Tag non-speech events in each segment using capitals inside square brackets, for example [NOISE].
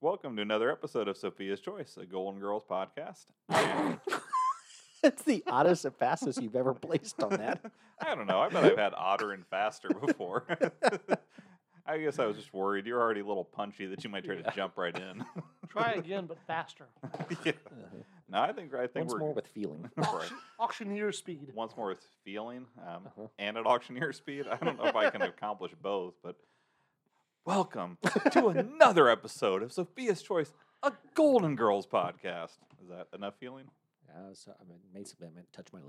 welcome to another episode of Sophia's Choice, a Golden Girls podcast. [LAUGHS] That's the oddest emphasis you've ever placed on that. [LAUGHS] I don't know. I bet I've had odder and faster before. [LAUGHS] I guess I was just worried. You're already a little punchy that you might try to jump right [LAUGHS] in. [LAUGHS] Try again, but [LAUGHS] faster. yeah. No, I think I think Once we're more with [LAUGHS] feeling. right. Auctioneer speed. once more with feeling um, Uh-huh. and at auctioneer speed. I don't know if I [LAUGHS] can accomplish both, but welcome to another episode of Sophia's Choice, a Golden Girls podcast. Is that enough feeling? Uh, so, I mean, basically, I meant touch my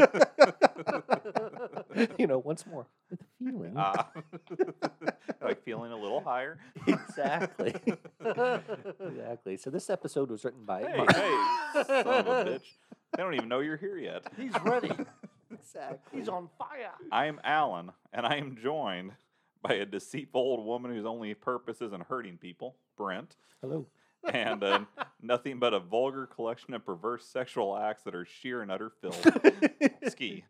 leg. Ah. [LAUGHS] [LAUGHS] you know, once more with feeling. Ah. like feeling a little higher. [LAUGHS] exactly. [LAUGHS] [LAUGHS] exactly. So this episode was written by Hey, Mark. hey, son of a bitch. They don't even know you're here yet. He's ready. [LAUGHS] Exactly. He's on fire. I am Alan, and I am joined by a deceitful old woman whose only purpose is in hurting people, Brent, Hello. and uh, nothing but a vulgar collection of perverse sexual acts that are sheer and utter filth. Ski.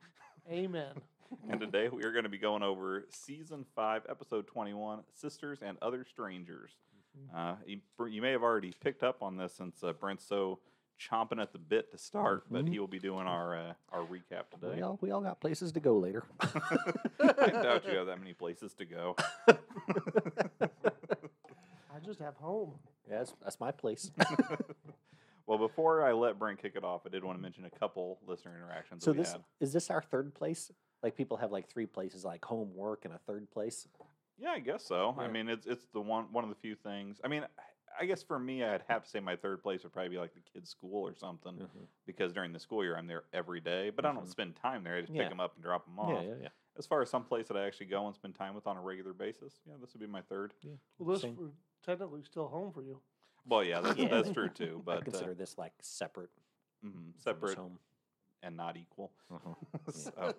Amen. And Mm-hmm. today we are going to be going over season five, episode 21, Sisters and Other Strangers. Mm-hmm. Uh, you, br- you may have already picked up on this since uh, Brent's so chomping at the bit to start, but Mhm. he will be doing our uh, our recap today. We all, we all got places to go later. [LAUGHS] I doubt you have that many places to go. [LAUGHS] I just have home. Yeah, that's, that's my [LAUGHS] place. Well, before I let Brent kick it off, I did want to mention a couple listener interactions Mm-hmm. so that we this had. is this our third place? Like people have like three places, like home, work, and a third place. Yeah, I guess so. I Yeah. mean, it's it's the one one of the few things. I mean, I guess for me, I'd have to say my third place would probably be like the kids' school or something because during the school year I'm there every day, but I don't Mhm. spend time there. I just pick 'em Yeah. pick them up and drop them off. Yeah, yeah, yeah. As far as some place that I actually go and spend time with on a regular basis, yeah, this would be my third. Well, this Same. were technically still home for you. Well, yeah, that's, Yeah. that's [LAUGHS] true too, I but uh, consider this like separate, mhm, from his separate Uh-huh. home. and not [LAUGHS] equal. [LAUGHS] so,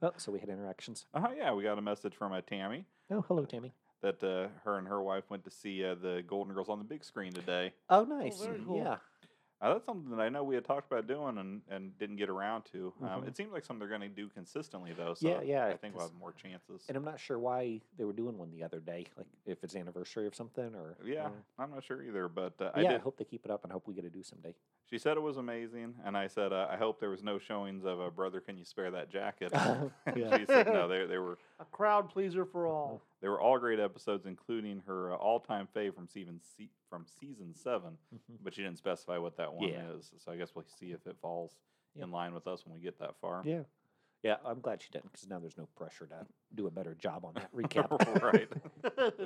Oh, so we had interactions. uh, yeah, we got a message from a Tammy. Oh, hello, Tammy. that uh, her and her wife went to see uh, the Golden Girls on the big screen today. Oh, nice. very cool. Yeah. Uh, that's something that I know we had talked about doing and, and didn't get around to. Um, Mhm. It seems like something they're going to do consistently, though. So Yeah, yeah, I think we'll 'cause- have more chances. And I'm not sure why they were doing one the other day, like if it's anniversary of something or yeah, or- I'm not sure either, but uh, I yeah, I, did. hope they keep it up and hope we get to do someday. She said it was amazing, and I said uh, I hope there was no showings of a brother. Can you spare that [LAUGHS] jacket? [LAUGHS] And Yeah. she said [LAUGHS] no. They, they were A crowd pleaser for all. they were all great episodes, including her uh, all time fave from season se- from season seven. Mhm. But she didn't specify what that one Yeah. is, so I guess we'll see if it falls Yeah. in line with us when we get that far. [LAUGHS] Yeah. Yeah, I'm glad she didn't because now there's no pressure to do a better job on that recap. [LAUGHS] right. [LAUGHS]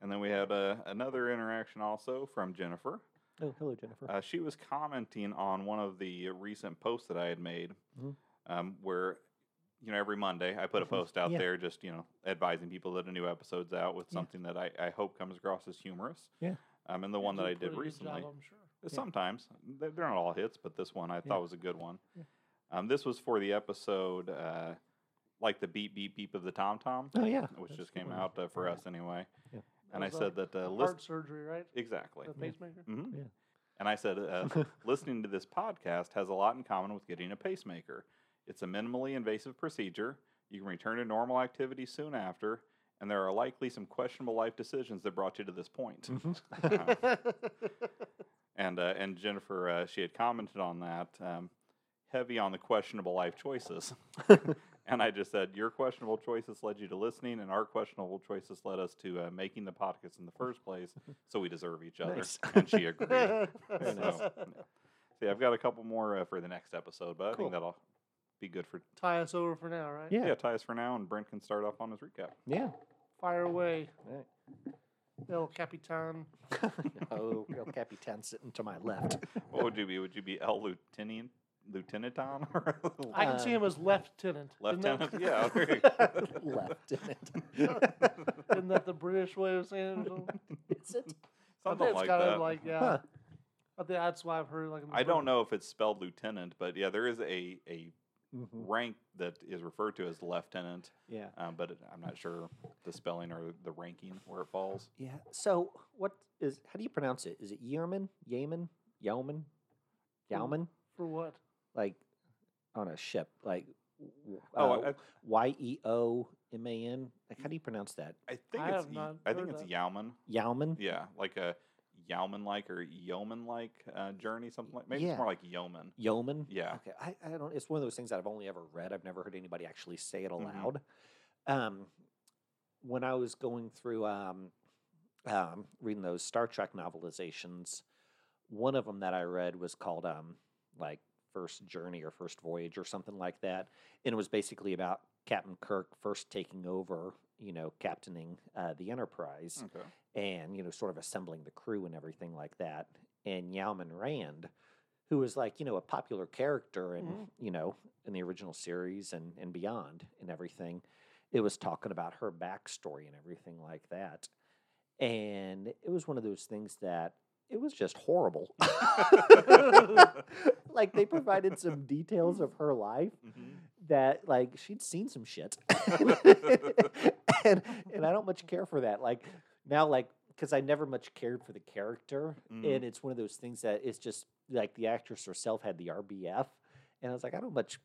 and then we had uh, another interaction also from Jennifer. oh, hello, Jennifer. Uh, she was commenting on one of the recent posts that I had made, Mhm. um, where you know every Monday I put a Mhm. post out Yeah. there, just you know advising people that a new episode's out with Yeah. something that I, I hope comes across as humorous. Yeah. Um, and the You one that I a did pretty good recently, Job, I'm sure. Yeah. Sometimes they're, they're not all hits, but this one I Yeah. thought was a good one. Yeah. Um, this was for the episode, uh, like the beep beep beep of the tom tom, oh, yeah. which that's just a good came one. out uh, for Yeah. us anyway. Yeah. And I was, uh, said that uh, list heart surgery, right? exactly, [LAUGHS] The pacemaker. hmm Yeah. and I said uh, [LAUGHS] listening to this podcast has a lot in common with getting a pacemaker. It's a minimally invasive procedure. You can return to normal activity soon after, and there are likely some questionable life decisions that brought you to this [LAUGHS] point. Mm-hmm. Uh, and uh, and Jennifer, uh, she had commented on that, um, heavy on the questionable life [LAUGHS] choices. and I just said, your questionable choices led you to listening, and our questionable choices led us to uh, making the podcast in the first place. So we deserve each other. Nice. And she agreed. so, Very nice. yeah. See, I've got a couple more uh, for the next episode, but I Cool. think that'll be good for [LAUGHS] Tie us over for now, right? Yeah. yeah. Tie us for now, and Brent can start off on his recap. Yeah. Fire away, Right. El Capitan. [LAUGHS] oh, El Capitan sitting to my left. [LAUGHS] What would you be? Would you be El Lieutenant, Lieutenant [LAUGHS] Tom, or I can see Uh, him as Lieutenant. Isn't that- Lieutenant? Yeah. there you go. left, isn't it? [LAUGHS] [LAUGHS] Isn't that the British way of saying [LAUGHS] it? or something? Is it? I Something think it's like kind that. of like yeah. Huh. I think that's why I've heard like. in the I don't Brit- know if it's spelled lieutenant, but yeah, there is a, a Mhm. rank that is referred to as lieutenant, Yeah. um, but it, I'm not sure the spelling or the ranking where it falls. Yeah. So what is how do you pronounce it? Is it Yeoman? Yeoman? Yeoman? Yeoman? For what? Like on a ship. Like Oh, uh, Y E O M A N. Like, how do you pronounce that? I think I it's have Ye- not I think heard it's that. Yalman. Yalman. Yeah, like a Yeoman like or Yeoman like uh, journey, something like maybe Yeah. it's more like Yeoman. Yeoman. Yeah. Okay. I, I don't. It's one of those things that I've only ever read. I've never heard anybody actually say it Mhm. aloud. Um, when I was going through um, um, reading those Star Trek novelizations, one of them that I read was called um, like First Journey or First Voyage or something like that, and it was basically about Captain Kirk first taking over, you know, captaining uh, the Enterprise Okay. and you know sort of assembling the crew and everything like that and Yalman Rand who was like you know a popular character and Mhm. you know in the original series and and beyond and everything it was talking about her backstory and everything like that and it was one of those things that it was just horrible [LAUGHS] like they provided some details of her life Mhm. that like she'd seen [LAUGHS] some shit and and i don't much care for that like now like because i never much cared for the character Mhm. and it's one of those things that it's just like the actress herself had the rbf and i was like i don't much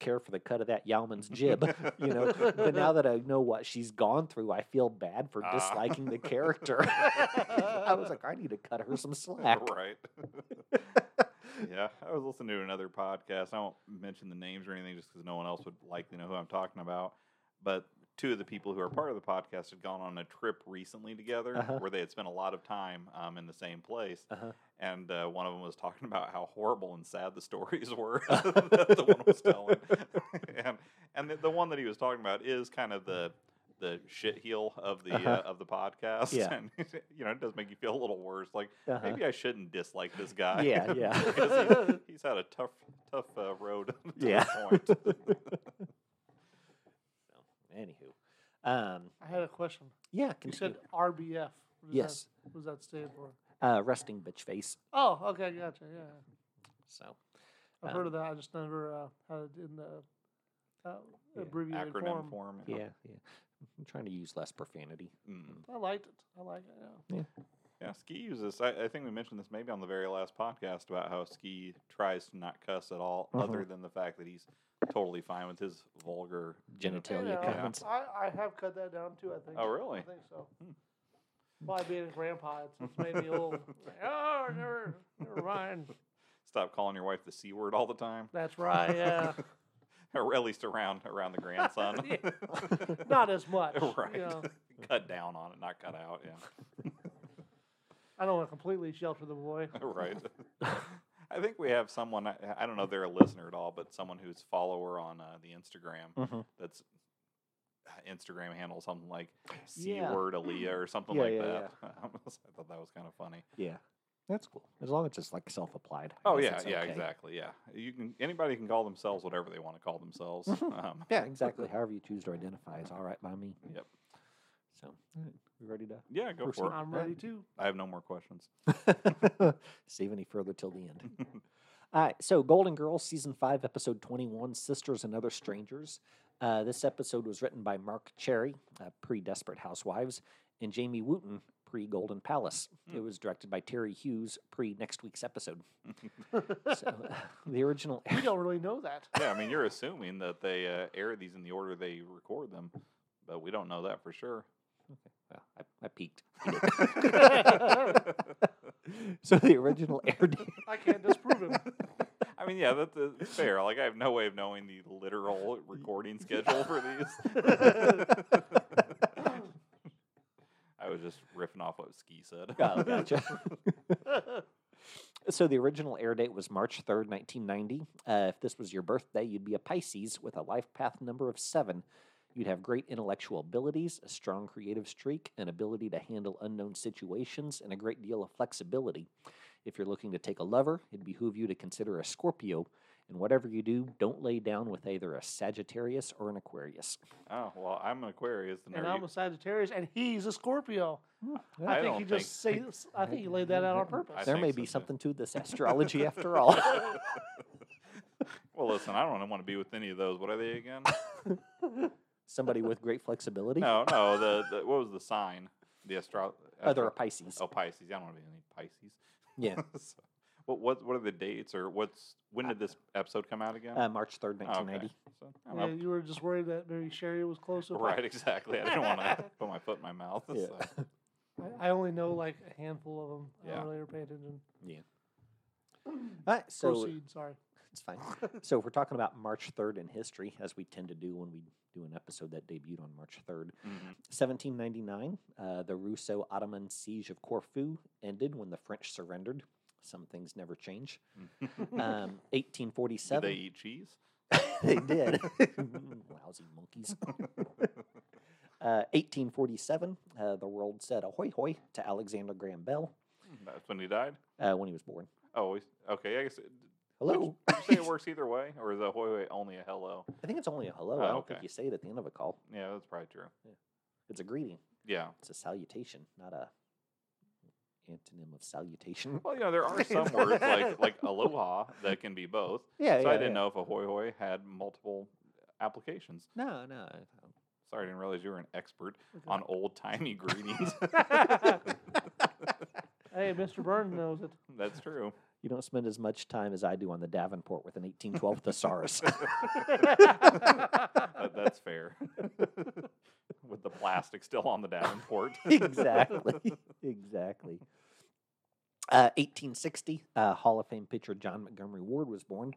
care for the cut of [LAUGHS] that Yalman's jib you know but now that i know what she's gone through i feel bad for Ah. disliking [LAUGHS] the character i was like i need to cut her some slack right. [LAUGHS] yeah, I was listening to another podcast. I won't mention the names or anything just because no one else would likely know who I'm talking about. But two of the people who are part of the podcast had gone on a trip recently together Uh-huh. where they had spent a lot of time um, in the same place. Uh-huh. And uh, one of them was talking about how horrible and sad the stories [LAUGHS] [LAUGHS] were that the one was telling. [LAUGHS] and and the, the one that he was talking about is kind of the the shit heel of the uh Uh-huh. of the podcast [LAUGHS] Yeah. and you know it does make you feel a little worse like Uh-huh. Maybe I shouldn't dislike this guy. [LAUGHS] Yeah, yeah. Because he's, he's had a tough, tough uh, road. [LAUGHS] to this Yeah. point. So, anywho, um, I had a question. yeah, You continue. said RBF. What does yes, That, what does that stand for? uh, resting bitch face. Oh, okay, gotcha. Yeah, yeah. So I've Um, heard of that. I just never uh, had it in the uh, Yeah, abbreviated Acronym form. form. yeah, yeah. I'm trying to use less profanity. Mm. I liked it. I like it. Yeah. Yeah, Ski uses. I, I think we mentioned this maybe on the very last podcast about how Ski tries to not cuss at all, Mhm. other than the fact that he's totally fine with his vulgar Genital- Tell You your know, comments. I, I have cut that down too. I think. Oh, really? I think so. Hmm. By being a grandpa, it's, it's made me [LAUGHS] a little. Oh, never, never mind. Stop calling your wife the c word all the time, [LAUGHS] That's right. Yeah, [LAUGHS] or at least around around the grandson. Yeah. not as much. right. You know, [LAUGHS] Cut down on it, not cut out. Yeah. [LAUGHS] I don't want to completely shelter the boy. right. [LAUGHS] I think we have someone. I, I don't know if they're a listener at all, but someone who's a follower on uh, the Instagram. Mhm. That's uh, Instagram handle something like c Yeah. word Aaliyah or something Yeah, like yeah, that. [LAUGHS] I thought that was kind of funny. Yeah, that's cool. As long as it's like self-applied. I Oh guess yeah, it's yeah, okay. exactly. Yeah, you can. Anybody can call themselves whatever they want to call [LAUGHS] themselves. um, Yeah, exactly. However you choose to identify is all right by me. Yep. So, all right, you ready to yeah, go We're for it. I'm ready too. I have no more questions. [LAUGHS] Save any further till the end. All right, so Golden Girls, season five, episode 21, Sisters and Other Strangers. Uh, this episode was written by Mark Cherry, uh, pre Desperate Housewives, and Jamie Wooten, pre Golden Palace. It was directed by Terry Hughes, pre next week's episode. so, [LAUGHS] uh, the original. We don't really know that. Yeah, I mean, you're assuming that they uh, air these in the order they record them, but we don't know that for [LAUGHS] sure. [LAUGHS] Well, I, I peaked. [LAUGHS] so the original air date. I can't [LAUGHS] disprove it. I mean, yeah, that's uh, fair. Like, I have no way of knowing the [LAUGHS] literal recording schedule for these. I was just riffing off what Ski said. Oh, gotcha. so the original air date was March 3rd, 1990. Uh, if this was your birthday, you'd be a Pisces with a life path number of seven. You'd have great intellectual abilities, a strong creative streak, an ability to handle unknown situations, and a great deal of flexibility. If you're looking to take a lover, it'd behoove you to consider a Scorpio. And whatever you do, don't lay down with either a Sagittarius or an Aquarius. [LAUGHS] Oh well, I'm an Aquarius, and, and are I'm you- a Sagittarius, and he's a Scorpio. I Hmm, I, think don't he just say. I think he laid that out on purpose. I there may think so, be too. something to this astrology after [LAUGHS] all. well, listen, I don't want to be with any of those. What are they again? [LAUGHS] Somebody with great flexibility. no, no. The, the what was the sign? The astro. Other astro- Oh, Pisces. [LAUGHS] Oh, Pisces. I don't want to be any Pisces. Yeah. So- What what what are the dates or what's when did this episode come out again? Uh, March 3rd, Oh, okay. 1990. So, I don't know. Yeah, you were just worried that maybe Sherry was close. If I- [LAUGHS] Right, exactly. I didn't want to put my foot in my mouth. Yeah. so. I, I only know like a handful of them. I Yeah. don't really pay attention. All right, so Proceed. Sorry. it's fine. [LAUGHS] so if we're talking about March 3rd in history, as we tend to do when we do an episode that debuted on March 3rd, [LAUGHS] Mhm. 1799, uh, the Russo Ottoman siege of Corfu ended when the French surrendered. Some things [LAUGHS] never change. Um, 1847. Did they eat cheese? [LAUGHS] they did. [LAUGHS] [LAUGHS] Lousy monkeys. Uh, 1847, uh, the world said ahoy hoy to Alexander Graham Bell That's when he died. uh, when he was born. Oh, he's- okay. I guess. it- would you- Hello. Would you say it works either way, or is a hoy hoy only a hello? I think it's only a hello. I Oh, don't okay. think you say it at the end of a call. Yeah, that's probably true. It's a greeting. Yeah. It's a salutation, not a antonym of salutation. Well, you know, there are some words like like aloha that can be both. [LAUGHS] Yeah, so I didn't know if a hoy hoy had multiple applications. No, no. I don't. Sorry, I didn't realize you were an expert Okay. on old timey greetings. Hey, Mr. Burns knows [LAUGHS] it. [LAUGHS] That's true. You don't spend as much time as I do on the Davenport with an 1812 thesaurus. That, that's fair. [LAUGHS] With the plastic still on the Davenport. [LAUGHS] exactly. [LAUGHS] Exactly. Uh, 1860, uh, Hall of Fame pitcher John Montgomery Ward was born.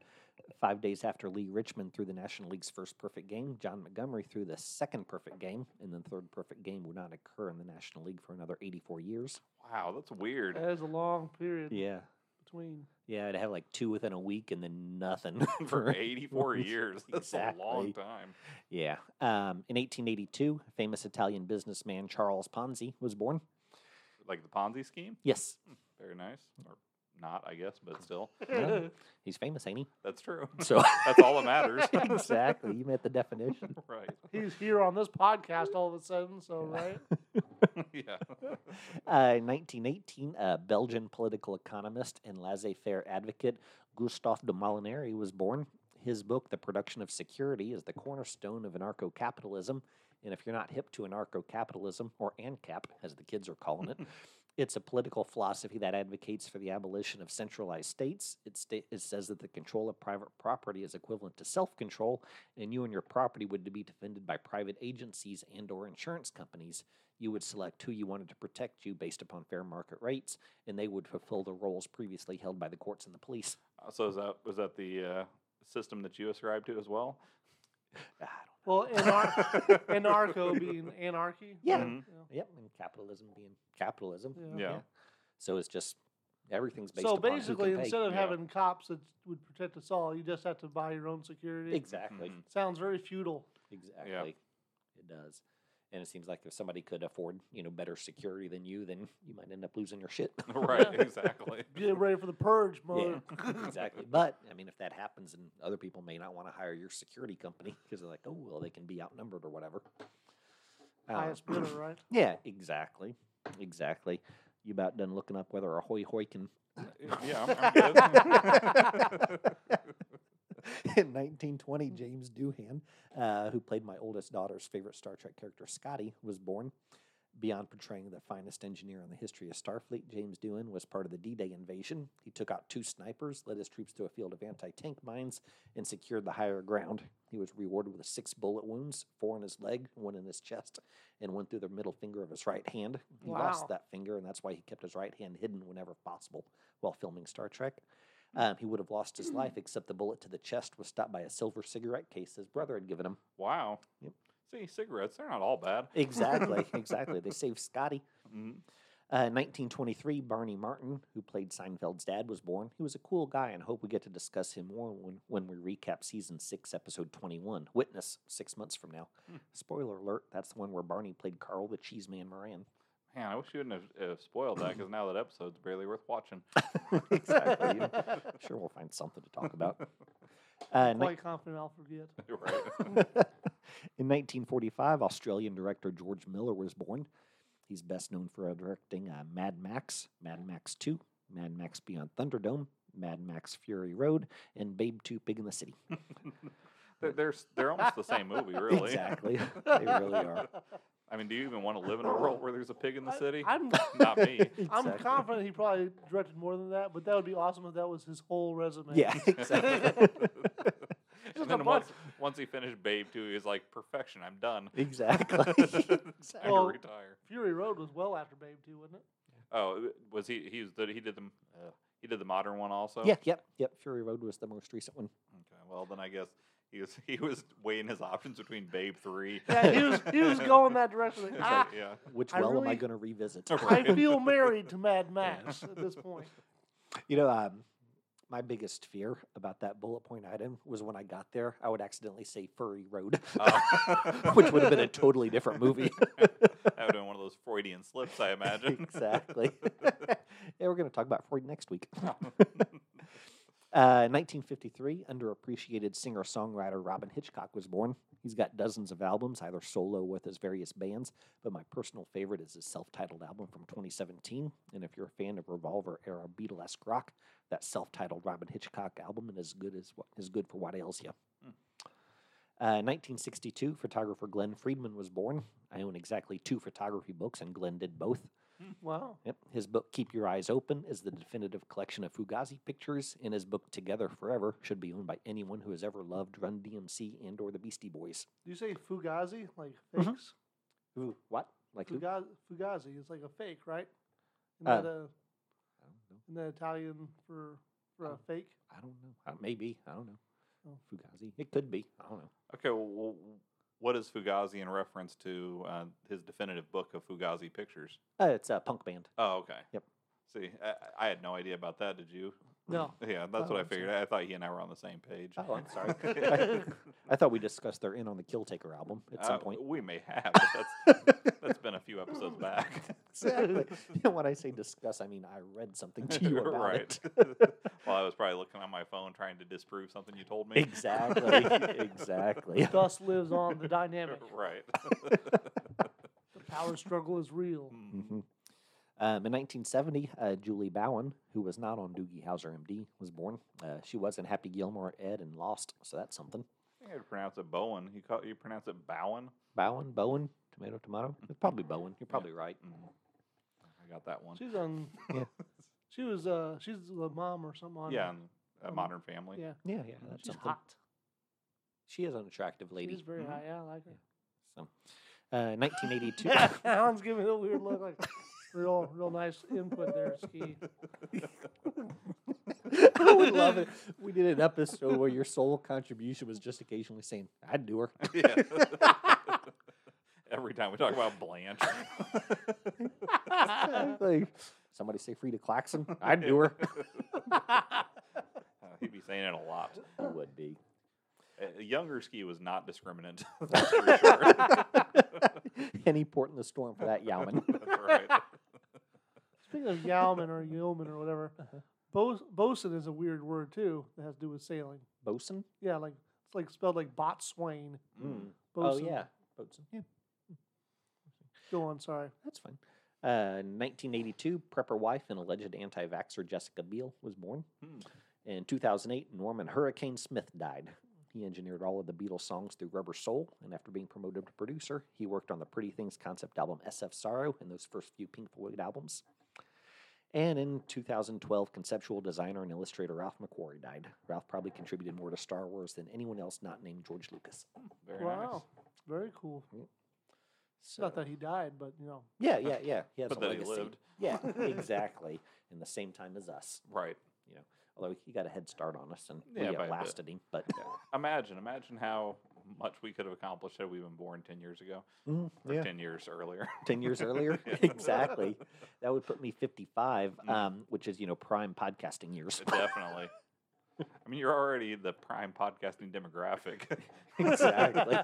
Five days after Lee Richmond threw the National League's first perfect game, John Montgomery threw the second perfect game, and the third perfect game would not occur in the National League for another 84 years. Wow, that's weird. That is a long period Yeah. between. Yeah, to have like two within a week and then nothing [LAUGHS] [LAUGHS] For 84 years. That's a long Exactly. time. Yeah. Um, in 1882, famous Italian businessman Charles Ponzi was born. Like the Ponzi scheme? Yes, Very nice. Or not, I guess, but [LAUGHS] still. Yeah. he's famous, ain't he? That's true. [LAUGHS] So That's all that matters. [LAUGHS] [LAUGHS] exactly, you met the definition. right. [LAUGHS] [LAUGHS] He's here on this podcast all of a sudden, so right? Yeah. Uh, in 1918, uh, Belgian political economist and laissez-faire advocate Gustave de Molinari was born. His book, The Production of Security, is the cornerstone of anarcho-capitalism. And if you're not hip to anarcho-capitalism, or ANCAP, as the kids are calling it, it's a political philosophy that advocates for the abolition of centralized states. It, sta- it says that the control of private property is equivalent to self-control, and you and your property would be defended by private agencies and/or insurance companies you would select who you wanted to protect you based upon fair market rates, and they would fulfill the roles previously held by the courts and the police. Uh, So is that was that the uh, system that you ascribe to as well? Well, anar- [LAUGHS] anarcho being anarchy. Yeah. Mhm. Yep, and capitalism being capitalism. Yeah. Yeah. So it's just everything's based So upon basically, who can pay. instead of Yeah. having cops that would protect us all, you just have to buy your own security. exactly, Mhm. Sounds very feudal. exactly, it does. And it seems like if somebody could afford, you know, better security than you, then you might end up losing your shit. [LAUGHS] right, exactly. Get ready for the purge Yeah, mode. exactly. But I mean, if that happens, and other people may not want to hire your security company because they're like, oh, well, they can be outnumbered or whatever. Um, [LAUGHS] Highest bidder, right? Yeah, exactly. Exactly. You about done looking up whether a hoy hoy can. [LAUGHS] Yeah, I'm, I'm [LAUGHS] good. In 1920, James Doohan, uh, who played my oldest daughter's favorite Star Trek character, Scotty, was born. Beyond portraying the finest engineer in the history of Starfleet, James Doohan was part of the D Day invasion. He took out two snipers, led his troops to a field of anti tank mines, and secured the higher ground. He was rewarded with six bullet wounds four in his leg, one in his chest, and one through the middle finger of his right hand. He Wow. lost that finger, and that's why he kept his right hand hidden whenever possible while filming Star Trek. Um, he would have lost his life, except the bullet to the chest was stopped by a silver cigarette case his brother had given him. wow. Yep. See, cigarettes, they're not all bad. Exactly, exactly. They saved Scotty. Mhm. Uh, 1923, Barney Martin, who played Seinfeld's dad, was born. He was a cool guy, and I hope we get to discuss him more when, when we recap season six, episode 21, Witness, six months from now. Hmm. Spoiler alert, that's the one where Barney played Carl the Cheese Man Moran. Man, I wish you wouldn't have uh, spoiled that because now that episode's barely worth watching. [LAUGHS] exactly. [LAUGHS] I'm sure we'll find something to talk about. Uh, ni- Quite confident I'll [LAUGHS] forget. right. In 1945, Australian director George Miller was born. He's best known for uh, directing uh, Mad Max, Mad Max 2, Mad Max Beyond Thunderdome, Mad Max Fury Road, and Babe 2 Big in the City. [LAUGHS] They're, they're, s- they're almost the same movie, really. Exactly. they really are. I mean, do you even want to live in a world where there's a pig in the I- city? I'm Not [LAUGHS] me. [LAUGHS] I'm Exactly. confident he probably directed more than that, but that would be awesome if that was his whole resume. Yeah, exactly. and Just then a once, bunch. once he finished Babe 2, he was like, perfection, I'm [LAUGHS] done. [LAUGHS] exactly. Time Well- to retire. Fury Road was well after Babe 2, [LAUGHS] wasn't it? Oh, uh, was he? He was the, he did the uh, he did the modern one also. yeah, yep, yep. Fury Road was the most recent one. Okay. Well, then I guess he was [LAUGHS] he was weighing his options between Babe Three. [LAUGHS] Yeah, he was [LAUGHS] he was going that [LAUGHS] direction. Like, It's ah, like, yeah. Which I well am I really- going to revisit? Right. I feel married to Mad Max at [LAUGHS] this point. You know, um, my biggest fear about that bullet point item was when I got there, I would accidentally say Furry Road, [LAUGHS] Oh. [LAUGHS] which would [LAUGHS] have been a totally different movie. That would have been one of those Freudian slips, I imagine. [LAUGHS] [LAUGHS] exactly. yeah, we're going to talk about Freud next week. [LAUGHS] Uh, 1953, underappreciated singer songwriter Robin Hitchcock was born. He's got dozens of albums, either solo with his various bands, but my personal favorite is his self titled album from 2017. And if you're a fan of Revolver era Beatlesque rock, that self titled Robin Hitchcock album is good, as what, is good for what ails you. Hmm. Uh, 1962, photographer Glenn Friedman was born. I own exactly two photography books, and Glenn did both. Wow. Yep. His book, Keep Your Eyes Open, is the definitive collection of Fugazi pictures, and his book, Together Forever, should be owned by anyone who has ever loved Run DMC and or the Beastie Boys. Do you say Fugazi? Like Mhm. fakes? Who? What? Like who? Fugazi, Fugazi is like a fake, right? Isn't, Uh, that, uh, isn't that Italian for, for Oh. a fake? I don't know. I don't know. Uh, Maybe. I don't know. Oh. Fugazi. It could be. I don't know. Okay, well, what is Fugazi in reference to uh, his definitive book of Fugazi pictures? Uh, it's a punk band. Oh, okay. Yep. See, I, I had no idea about that. Did you? No. [LAUGHS] Yeah, that's Oh, what I I'm sorry. figured. I thought he and I were on the same page. Oh, [LAUGHS] I'm [LAUGHS] sorry. Uh, At I thought we discussed their In on the Kill Taker album at some point. Uh, we may have. But that's that's been a few episodes back. [LAUGHS] [LAUGHS] exactly. And when I say discuss, I mean I read something [LAUGHS] [LAUGHS] to you about it. right. [LAUGHS] well, I was probably looking on my phone trying to disprove something you told me. [LAUGHS] Exactly. [LAUGHS] exactly. Thus lives on [LAUGHS] the dynamic. [LAUGHS] right. [LAUGHS] The power struggle [LAUGHS] is real. Mm. hmm Um, in 1970, uh, Julie Bowen, who was not on Doogie Howser MD, was born. Uh, she was in Happy Gilmore, Ed, and Lost, so that's something. I think I'd pronounce it Bowen. You call you pronounce it Bowen. Bowen, Bowen, tomato, tomato. It's probably Bowen. You're probably right. Mm. I got that one. She's on. Yeah. She was. Uh, she's the mom or something. On yeah, and, uh, um, Modern Family. Yeah. Yeah, yeah, Uh, that's She's something. hot. She is an attractive lady. Mm-hmm. She's very Mhm. hot. Yeah, I like her. So, uh, [LAUGHS] 1982. [LAUGHS] Alan's giving me a weird look, like real, real nice input there, Ski. I would love it. We did an episode where your sole contribution was just occasionally saying, "I'd do [LAUGHS] her." [LAUGHS] Yeah. [LAUGHS] Every time we talk about [LAUGHS] Blanche. Uh, Like, Somebody say Frida Claxon. I'd do [LAUGHS] her. Uh, he'd be saying it a lot. You would be. [LAUGHS] A younger ski was not discriminant. [LAUGHS] [LAUGHS] That's for sure. Any port in the storm for that Yowman. [LAUGHS] That's right. Speaking of Yalman or Yeoman or whatever, Uh-huh. bos- bosun is a weird word too that has to do with sailing. Bosun? Yeah, like it's like spelled like botswain. Mm. Oh, Bosun. yeah. Bosun. Yeah, Go on. Sorry. that's fine. Uh, 1982, prepper wife and alleged anti vaxxer Jessica Biel was born. Hmm. In 2008, Norman Hurricane Smith died. He engineered all of the Beatles songs through Rubber Soul, and after being promoted to producer, he worked on the Pretty Things concept album SF Sorrow and those first few Pink Floyd albums. And in 2012, conceptual designer and illustrator Ralph McQuarrie died. Ralph probably contributed more to Star Wars than anyone else not named George Lucas. Very nice. wow. Very cool. So, Not that he died, but you know, yeah, yeah, yeah. He has But a that he legacy. lived. [LAUGHS] Yeah, exactly. In the same time as us. Right. Although he got a head start on us and Yeah, we by a bit. outlasted him. But Yeah. Imagine, imagine how much we could have accomplished had we been born ten years ago Mm, or yeah, ten years [LAUGHS] earlier. [LAUGHS] 10 years earlier. exactly. That would put me 55, Mm. um, which is, you know, prime [LAUGHS] podcasting years. [LAUGHS] Definitely. I mean, you're already the prime podcasting demographic. [LAUGHS] exactly.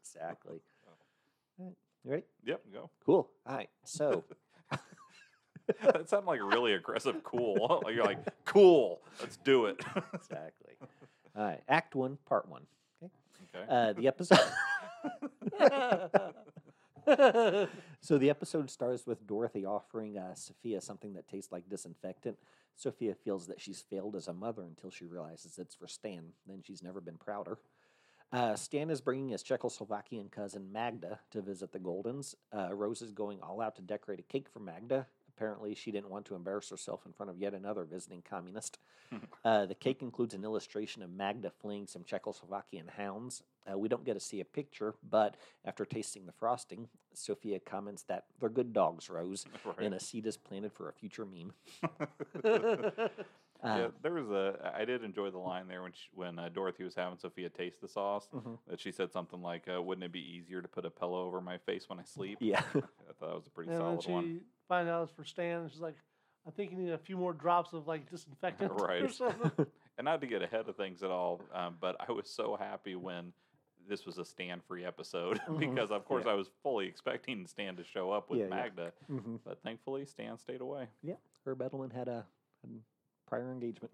exactly. All right. You ready? yep. Go. Cool. All right. [LAUGHS] So, that sounded like a really aggressive cool. Like, You're like, cool, let's do it. [LAUGHS] exactly. All right. Act one, part one. okay. [LAUGHS] Uh, the episode. so the episode starts with Dorothy offering uh, Sophia something that tastes like disinfectant. Sophia feels that she's failed as a mother until she realizes it's for Stan. Then she's never been prouder. Uh, Stan is bringing his Czechoslovakian cousin Magda to visit the Goldens. Uh, Rose is going all out to decorate a cake for Magda. Apparently, she didn't want to embarrass herself in front of yet another visiting communist. uh, the cake includes an illustration of Magda fleeing some Czechoslovakian hounds. Uh, we don't get to see a picture, but after tasting the frosting, Sophia comments that they're good dogs, Rose, and a seed is planted for a future meme. [LAUGHS] yeah, Uh, there was a. I did enjoy the line there when she, when uh, Dorothy was having Sophia taste the sauce. Mhm. That she said something like, uh, "Wouldn't it be easier to put a pillow over my face when I sleep?" yeah. I thought that was a pretty and then solid she one. finds out it's for Stan. And she's like, I think you need a few more drops of [LAUGHS] like disinfectant or Right. something. And not to get ahead of things at all, um, but I was so happy when this was a Stan-free episode [LAUGHS] because, of course, I was fully expecting Stan to show up with Mm-hmm. Yeah, yeah. Magda, Mhm. but thankfully Stan stayed [LAUGHS] away. [LAUGHS] Yeah, Herb Edelman had a, a prior engagement.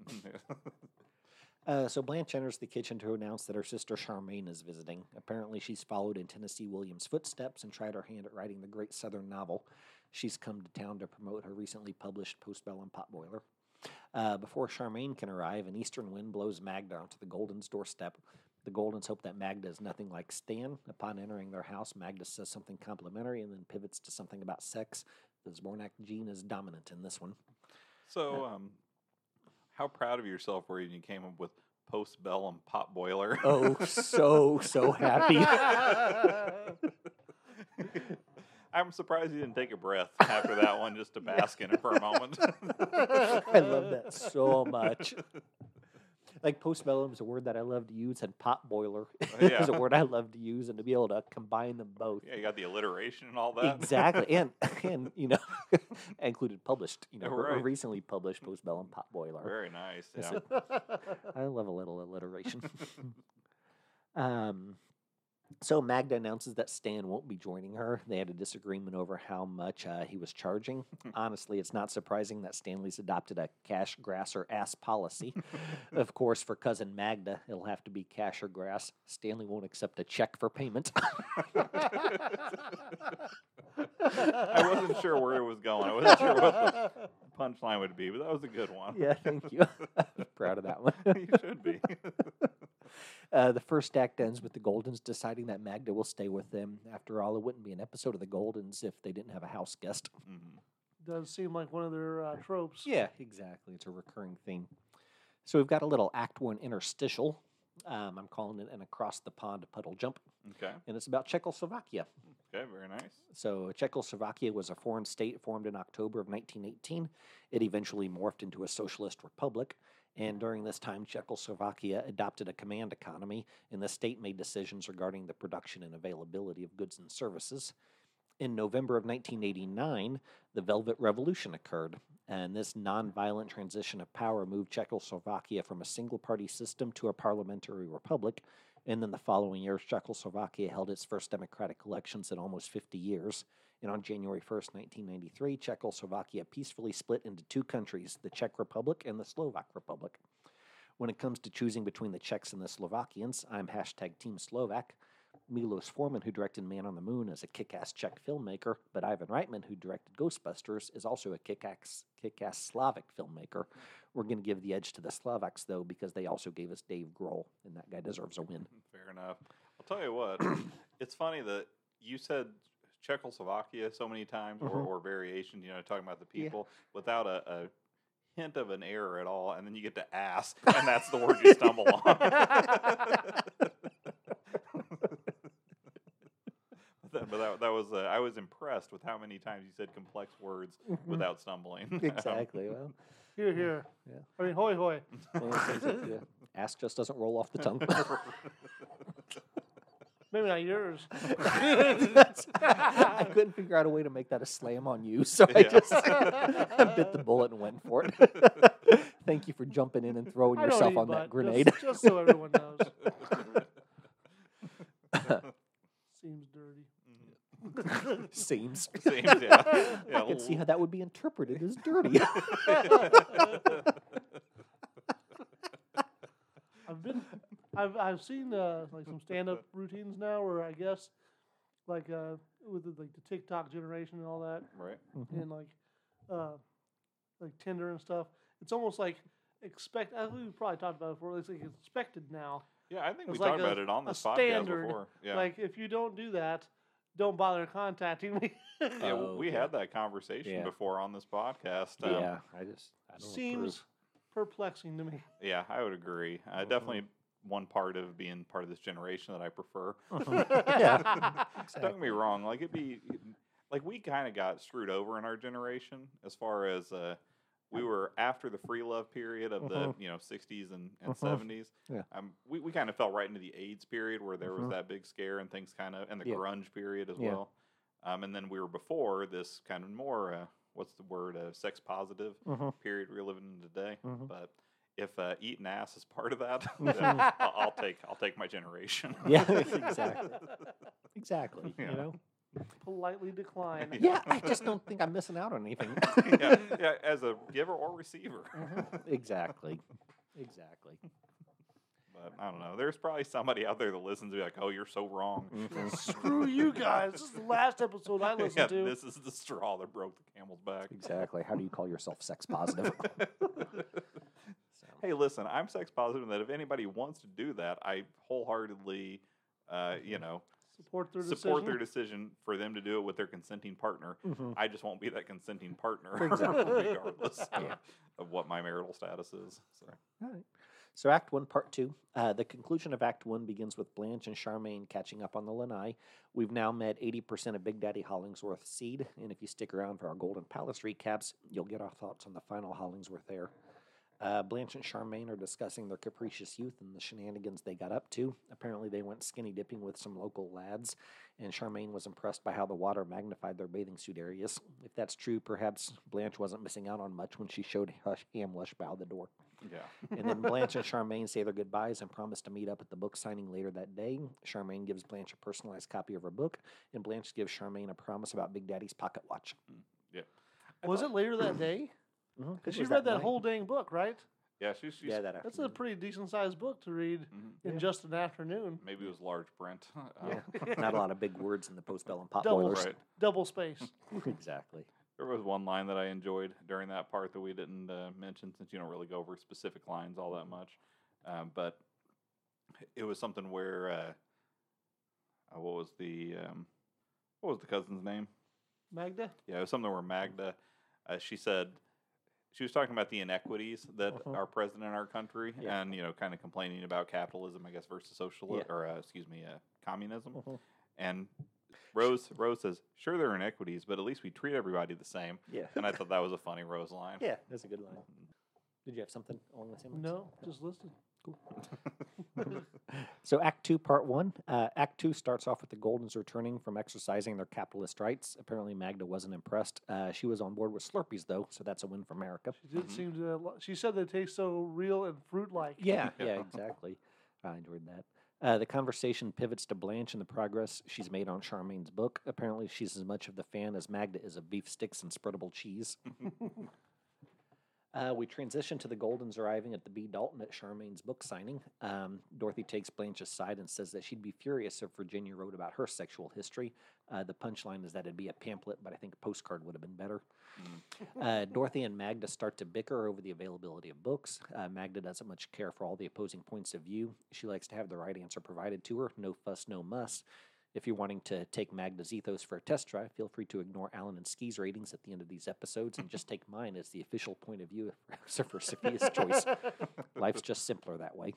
Uh, so Blanche enters the kitchen to announce that her sister Charmaine is visiting. Apparently, she's followed in Tennessee Williams' footsteps and tried her hand at writing the great Southern novel. She's come to town to promote her recently published postbellum potboiler. Uh, before Charmaine can arrive, an eastern wind blows Magda onto the Goldens' doorstep. The Goldens hope that Magda is nothing like Stan. Upon entering their house, Magda says something complimentary and then pivots to something about sex. The Zbornak gene is dominant in this one. so, um, how proud of yourself were you when you came up with postbellum pot boiler? Oh, so, so [LAUGHS] happy. [LAUGHS] I'm surprised you didn't take a [LAUGHS] breath after that one just to bask in it for a moment. [LAUGHS] I love that so much. Like postbellum is a word that I love to use, and pot boiler [LAUGHS] yeah. is a word I love to use, and to be able to combine them both yeah, you got the alliteration and all that. exactly, and [LAUGHS] and [LAUGHS] you know, I included published, you know, or- or Right. recently published postbellum pot boiler. Very nice. It's Yeah. I love a little alliteration. [LAUGHS] um, so Magda announces that Stan won't be joining her. They had a disagreement over how much uh, he was charging. Honestly, it's not surprising that Stanley's adopted a cash, grass, or ass policy. of course, for cousin Magda, it'll have to be cash or grass. Stanley won't accept a check for payment. [LAUGHS] [LAUGHS] I wasn't sure where it was going. I wasn't sure what the punchline would be, but that was a good one. yeah, thank you. [LAUGHS] Proud of that one. [LAUGHS] you should be. [LAUGHS] Uh, the first act ends with the Goldens deciding that Magda will stay with them. After all, it wouldn't be an episode of the Goldens if they didn't have a house guest. Mhm. [LAUGHS] Does seem like one of their uh, tropes. Yeah, exactly. It's a recurring theme. So we've got a little Act One interstitial. Um, I'm calling it an across the pond puddle jump, Okay. and it's about Czechoslovakia. Okay. Very nice. So Czechoslovakia was a foreign state formed in October of 1918. It eventually morphed into a socialist republic. And during this time, Czechoslovakia adopted a command economy, and the state made decisions regarding the production and availability of goods and services. In November of 1989, the Velvet Revolution occurred, and this nonviolent transition of power moved Czechoslovakia from a single party system to a parliamentary republic. And then the following year, Czechoslovakia held its first democratic elections in almost 50 years. And on January 1st, 1993, Czechoslovakia peacefully split into two countries, the Czech Republic and the Slovak Republic. When it comes to choosing between the Czechs and the Slovakians, I'm hashtag Team Slovak. Milos Forman, who directed Man on the Moon, is a kick ass Czech filmmaker, but Ivan Reitman, who directed Ghostbusters, is also a kick ass Slavic filmmaker. We're going to give the edge to the Slovaks, though, because they also gave us Dave Grohl, and that guy deserves a win. [LAUGHS] Fair enough. I'll tell you what. it's funny that you said Czechoslovakia so many times, or, Mhm. or variations. You know, talking about the Yeah. people without a, a hint of an error at all, and then you get to ass, and that's the word you stumble on. [LAUGHS] But that- But that, that was uh, I was impressed with how many times you said complex words without stumbling. [LAUGHS] Um, Exactly. Well, Here, here. Yeah. I mean, hoy, hoy. well, it's- it's- yeah. ass just doesn't roll off the [LAUGHS] tongue. Maybe not yours. [LAUGHS] That's- I couldn't figure out a way to make that a slam on you, so I Yeah. just [LAUGHS] I bit the bullet and went for it. [LAUGHS] Thank you for jumping in and throwing I don't yourself eat on butt, that just- grenade. Just, so [LAUGHS] everyone knows. Seems dirty. [LAUGHS] Seems. Seems, yeah. yeah I can see how that would be [LAUGHS] interpreted as dirty. I've been, I've, I've seen uh, like some stand-up routines now, where I guess, like uh, with the, like the TikTok generation and all that, right. Mhm. and like, uh, like Tinder and stuff. It's almost like expect. I think we probably talked about it before. It's like expected now Yeah, I think we It's talked like a- about it on a this podcast standard, before. Yeah. Like, if you don't do that, don't bother contacting me. yeah, w- Oh, we yeah. had that conversation Yeah. before on this podcast. Um, [LAUGHS] yeah, I just I don't Seems approve. perplexing to me. Yeah, I would agree. Uh, Mhm. Definitely one part of being part of this generation that I prefer. [LAUGHS] Yeah. Don't get me wrong. Like it'd be mm, like we kind of got screwed over in our generation as far as uh, we were after the free love period of the you know 60s and, and Mhm. 70s. Mm-hmm. Yeah. Um, we we kind of fell right into the AIDS period where there Mhm. was that big scare and things kind of and the Yeah. grunge period as Yeah. well. Um, and then we were before this kind of more uh, what's the word uh, sex positive Mhm. period we're living in today. Mhm. But if uh, eating ass is part of that, [LAUGHS] then I'll, I'll take I'll take my generation. Mm-hmm. [LAUGHS] Yeah, exactly. Exactly. Yeah. You know. [LAUGHS] Politely decline. Yeah. Yeah, I just don't think I'm missing out on anything. [LAUGHS] yeah, yeah, as a giver or receiver. exactly. Exactly. [LAUGHS] But I don't know. There's probably somebody out there that listens to be like, "Oh, you're so wrong." mm-hmm. [LAUGHS] Screw you guys. This is the last episode I listened [LAUGHS] yeah, to. this is the straw that broke the camel's back. Exactly. How do you call yourself sex [LAUGHS] positive? so, Hey, listen, I'm sex positive, and that if anybody wants to do that, I wholeheartedly, uh, you know, Support their support decision. their decision for them to do it with their consenting partner. Mhm. I just won't be that consenting partner, [LAUGHS] Exactly. regardless Yeah. of, of what my marital status is. So, All right. So, Act One, Part Two. Uh, the conclusion of Act One begins with Blanche and Charmaine catching up on the Lanai. We've now met 80% of Big Daddy Hollingsworth's seed, and if you stick around for our Golden Palace recaps, you'll get our thoughts on the final Hollingsworth heir. Uh, Blanche and Charmaine are discussing their capricious youth and the shenanigans they got up to. Apparently, they went skinny dipping with some local lads, and Charmaine was impressed by how the water magnified their bathing suit areas. If that's true, perhaps Blanche wasn't missing out on much when she showed Hush, Hamlish bow the door. yeah. And then Blanche [LAUGHS] and Charmaine say their goodbyes and promise to meet up at the book signing later that day. Charmaine gives Blanche a personalized copy of her book, and Blanche gives Charmaine a promise about Big Daddy's pocket watch. Was it later [CLEARS THROAT] that day? Because Mm-hmm. she read that, whole dang book, right? Yeah, she's, she's yeah that That's a pretty decent sized book to read mhm. in Yeah. just an afternoon. maybe it was large Brent. [LAUGHS] Uh, not a [LAUGHS] lot of big words in the postbellum pot Double boilers. right. Double space. [LAUGHS] [LAUGHS] exactly. There was one line that I enjoyed during that part that we didn't uh, mention since you don't really go over specific lines all that much. Um, but it was something where, uh, uh, what was the um, what was the cousin's name? Magda? Yeah, it was something where Magda, uh, she said, she was talking about the inequities that Mhm. are present in our country, Yeah. and you know, kind of complaining about capitalism, I guess, versus socialism, or uh, excuse me, uh, communism. Mhm. And Rose, Rose says, "Sure, there are inequities, but at least we treat everybody the same." Yeah. And [LAUGHS] I thought that was a funny Rose line. Yeah, that's a good line. Did you have something along the same lines? No, just listed. So, Act Two, Part One. Uh, Act Two starts off with the Goldens returning from exercising their capitalist rights. Apparently, Magda wasn't impressed. Uh, she was on board with Slurpees, though, so that's a win for America. She did seem to. li- She said they taste so real and fruit like. Yeah, Mm-hmm. Yeah. yeah, exactly. I enjoyed that. Uh, the conversation pivots to Blanche and the progress she's made on Charmaine's book. Apparently, she's as much of the fan as Magda is of beef sticks and spreadable cheese. Uh, we transition to the Goldens arriving at the B. Dalton at Charmaine's book signing. Um, Dorothy takes Blanche aside and says that she'd be furious if Virginia wrote about her sexual history. Uh, the punchline is that it'd be a pamphlet, but I think a postcard would have been better. [LAUGHS] Uh, Dorothy and Magda start to bicker over the availability of books. Uh, Magda doesn't much care for all the opposing points of view. She likes to have the right answer provided to her no fuss, no muss. If you're wanting to take Magda's ethos for a test drive, feel free to ignore Alan and Ski's ratings at the end of these episodes and just take mine as the official point of [LAUGHS] view for, for Sophia's choice. Life's just simpler that way.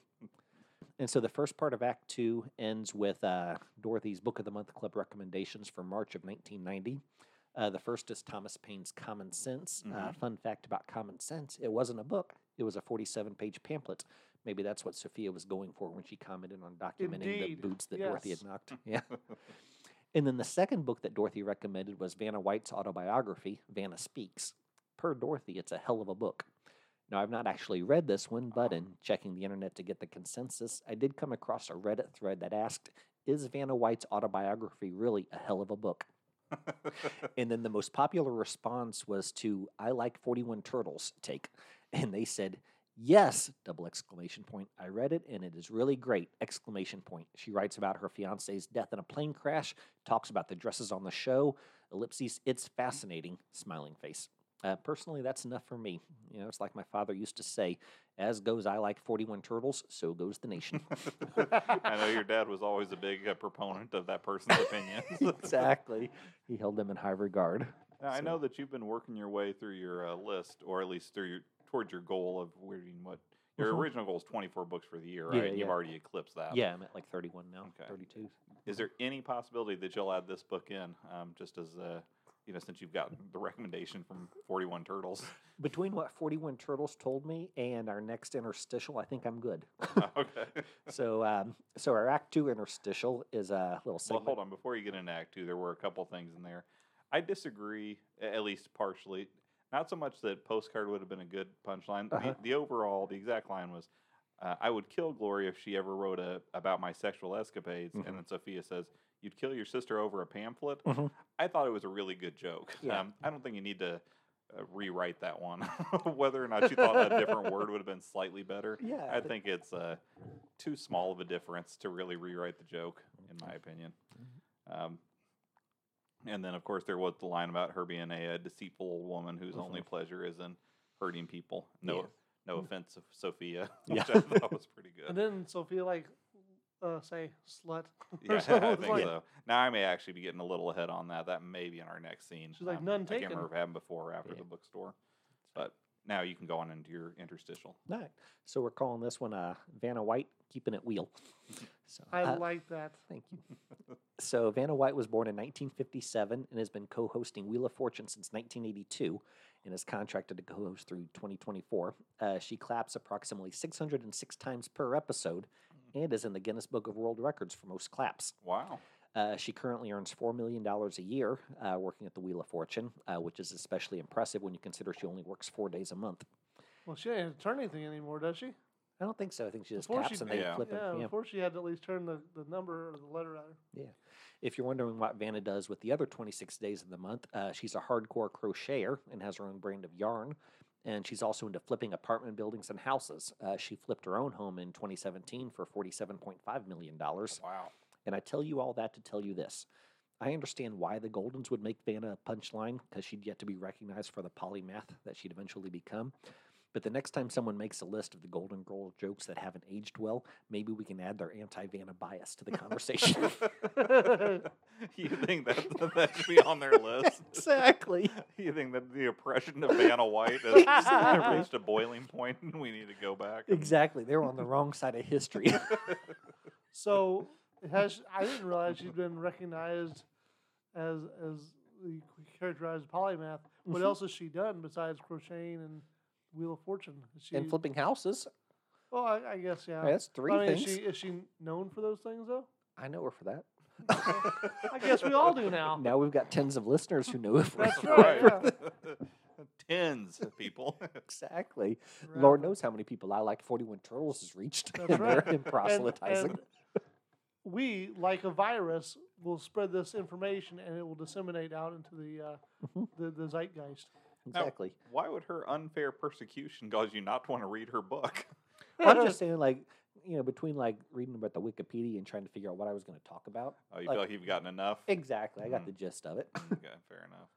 And so the first part of Act Two ends with uh, Dorothy's Book of the Month Club recommendations for March of 1990. Uh, the first is Thomas Paine's Common Sense. Uh, fun fact about Common Sense it wasn't a book, it was a 47 page pamphlet. Maybe that's what Sophia was going for when she commented on documenting Indeed, the boots that Dorothy had yes. knocked. [LAUGHS] Yeah. and then the second book that Dorothy recommended was Vanna White's autobiography, Vanna Speaks. Per Dorothy, it's a hell of a book. Now, I've not actually read this one, but in checking the internet to get the consensus, I did come across a Reddit thread that asked, Is Vanna White's autobiography really a hell of a book? and then the most popular response was to I like 41 turtles take. And they said, Yes, double exclamation point. I read it and it is really great. Exclamation point. She writes about her fiance's death in a plane crash, talks about the dresses on the show, ellipses, it's fascinating, smiling face. Uh, personally, that's enough for me. You know, it's like my father used to say, "As goes I like 41 turtles, so goes the nation." [LAUGHS] I know your dad was always a big uh, proponent of that person's [LAUGHS] opinions. exactly. He held them in high regard. Now, I So- know that you've been working your way through your uh, list, or at least through your towards your goal of reading what your Mhm. original goal is twenty four books for the year, right? Yeah, And You've yeah. already eclipsed that. Yeah, I'm at like 31 now, Okay. 32. Is there any possibility that you'll add this book in, um, just as uh, you know, since you've gotten the recommendation from Forty One Turtles? [LAUGHS] Between what 41 turtles told me and our next interstitial, I think I'm good. okay. so, um, so our Act Two interstitial is a little Well, segment. hold on. Before you get into Act Two, there were a couple things in there. I disagree, a- at least partially. Not so much that postcard would have been a good punchline. Uh-huh. The, the overall, the exact line was, uh, "I would kill Gloria if she ever wrote a, about my sexual escapades." Mhm. And then Sophia says, "You'd kill your sister over a pamphlet." Mhm. I thought it was a really good joke. Yeah. Um, I don't think you need to. Uh, rewrite that one. [LAUGHS] Whether or not you thought that different word would have been slightly better, Yeah, I [LAUGHS] but- think it's uh, too small of a difference to really rewrite the joke, in my opinion. Um, and then, of course, there was the line about her being a, uh deceitful old woman whose Mm-hmm. only pleasure is in hurting people. No, Yeah. no offense, of Sophia, [LAUGHS] Yeah. which I thought was [LAUGHS] pretty good. And then Sophia like uh, say slut. or [LAUGHS] Yeah, [LAUGHS] something. I It's think like, so. Now I may actually be getting a little ahead on that. That may be in our next scene. Um, She's like, "None I taken." can't remember if it happened before or after Yeah. the bookstore, but now you can go on into your interstitial. All right. So we're calling this one uh, Vanna White keeping it wheel. So I uh, like that. Thank you. so Vanna White was born in 1957 and has been co-hosting Wheel of Fortune since 1982, and is contracted to co-host through 2024. Uh, she claps approximately 606 times per episode, and is in the Guinness Book of World Records for most claps. Wow. Uh, she currently earns $4 million a year uh, working at the Wheel of Fortune, uh, which is especially impressive when you consider she only works four days a month. Well, she doesn't have to turn anything anymore, does she? I don't think so. I think she just Before she taps and they did, flip it. Yeah, yeah. before she had to at least turn the, the number or the letter out. Yeah. If you're wondering what Vanna does with the other 26 days of the month, uh, she's a hardcore crocheter and has her own brand of yarn. And she's also into flipping apartment buildings and houses. Uh, she flipped her own home in 2017 for $47.5 million. [LAUGHS] Wow. [LAUGHS] And I tell you all that to tell you this. I understand why the Goldens would make Vanna a punchline because she'd yet to be recognized for the polymath that she'd eventually become. But the next time someone makes a list of the Golden Girl jokes that haven't aged well, maybe we can add their anti Vanna bias to the conversation. [LAUGHS] [LAUGHS] you think that that should be on their list? exactly. [LAUGHS] You think that the oppression of Vanna White [LAUGHS] has [LAUGHS] reached a boiling point and we need to go back? and- [LAUGHS] Exactly. They're on the wrong side of history. So has I didn't realize she'd been recognized as as the characterized polymath. What Mhm. else has she done besides crocheting and Wheel of Fortune? Is [LAUGHS] she, and flipping houses. Well, I, I guess yeah. That's But three I mean, things. Is she, is she known for those things though? I know her for that. I guess we all [LAUGHS] do now. Now we've got tens of listeners who know her for That's it. Right. Right, [LAUGHS] Tens of people. [LAUGHS] [LAUGHS] Exactly. Right. Lord knows how many people I like 41 Turtles has reached [LAUGHS] That's in, their, right. in proselytizing. and [LAUGHS] we, like a virus, will spread this information and it will disseminate out into the uh, Mhm. Mm-hmm. the, [LAUGHS] the zeitgeist. Oh. exactly. Why would her unfair persecution cause you not to want to read her book? [LAUGHS] I'm [LAUGHS] just saying, like, you know, between like reading about the Wikipedia and trying to figure out what I was going to talk about. Oh, you Like- feel like you've gotten enough? Exactly. I got Mhm. the gist of it. okay, fair enough.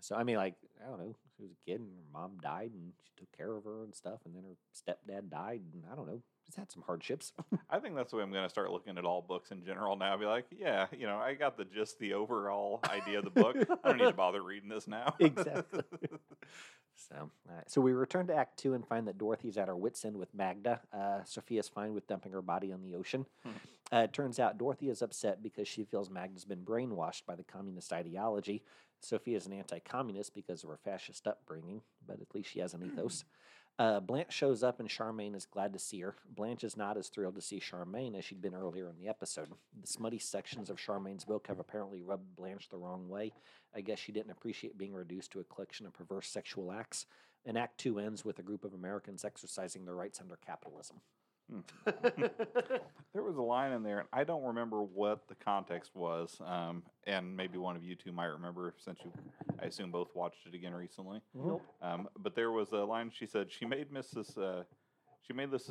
So I mean, like I don't know, she was a kid and her mom died and she took care of her and stuff, and then her stepdad died, and I don't know, she's had some hardships. I think that's the way I'm going to start looking at all books in general now. I'll be like, yeah, you know, I got the just the overall idea of the book. I don't need [LAUGHS] to bother reading this [LAUGHS] now. Exactly. so, all right. so we return to Act Two and find that Dorothy's at her wits' end with Magda. Uh, Sophia's fine with dumping her body on the ocean. Hmm. Uh, it turns out Dorothy is upset because she feels Magda's been brainwashed by the communist ideology. Sophia's an anti-communist because of her fascist upbringing, but at least she has an ethos. Uh, Blanche shows up and Charmaine is glad to see her. Blanche is not as thrilled to see Charmaine as she'd been earlier in the episode. The smutty sections of Charmaine's book have apparently rubbed Blanche the wrong way. I guess she didn't appreciate being reduced to a collection of perverse sexual acts. And Act Two ends with a group of Americans exercising their rights under capitalism. There was a line in there, and I don't remember what the context was. Um, and maybe one of you two might remember since you, I assume, both watched it again recently. Nope. Um, but there was a line she said she made Mrs. Uh, she made this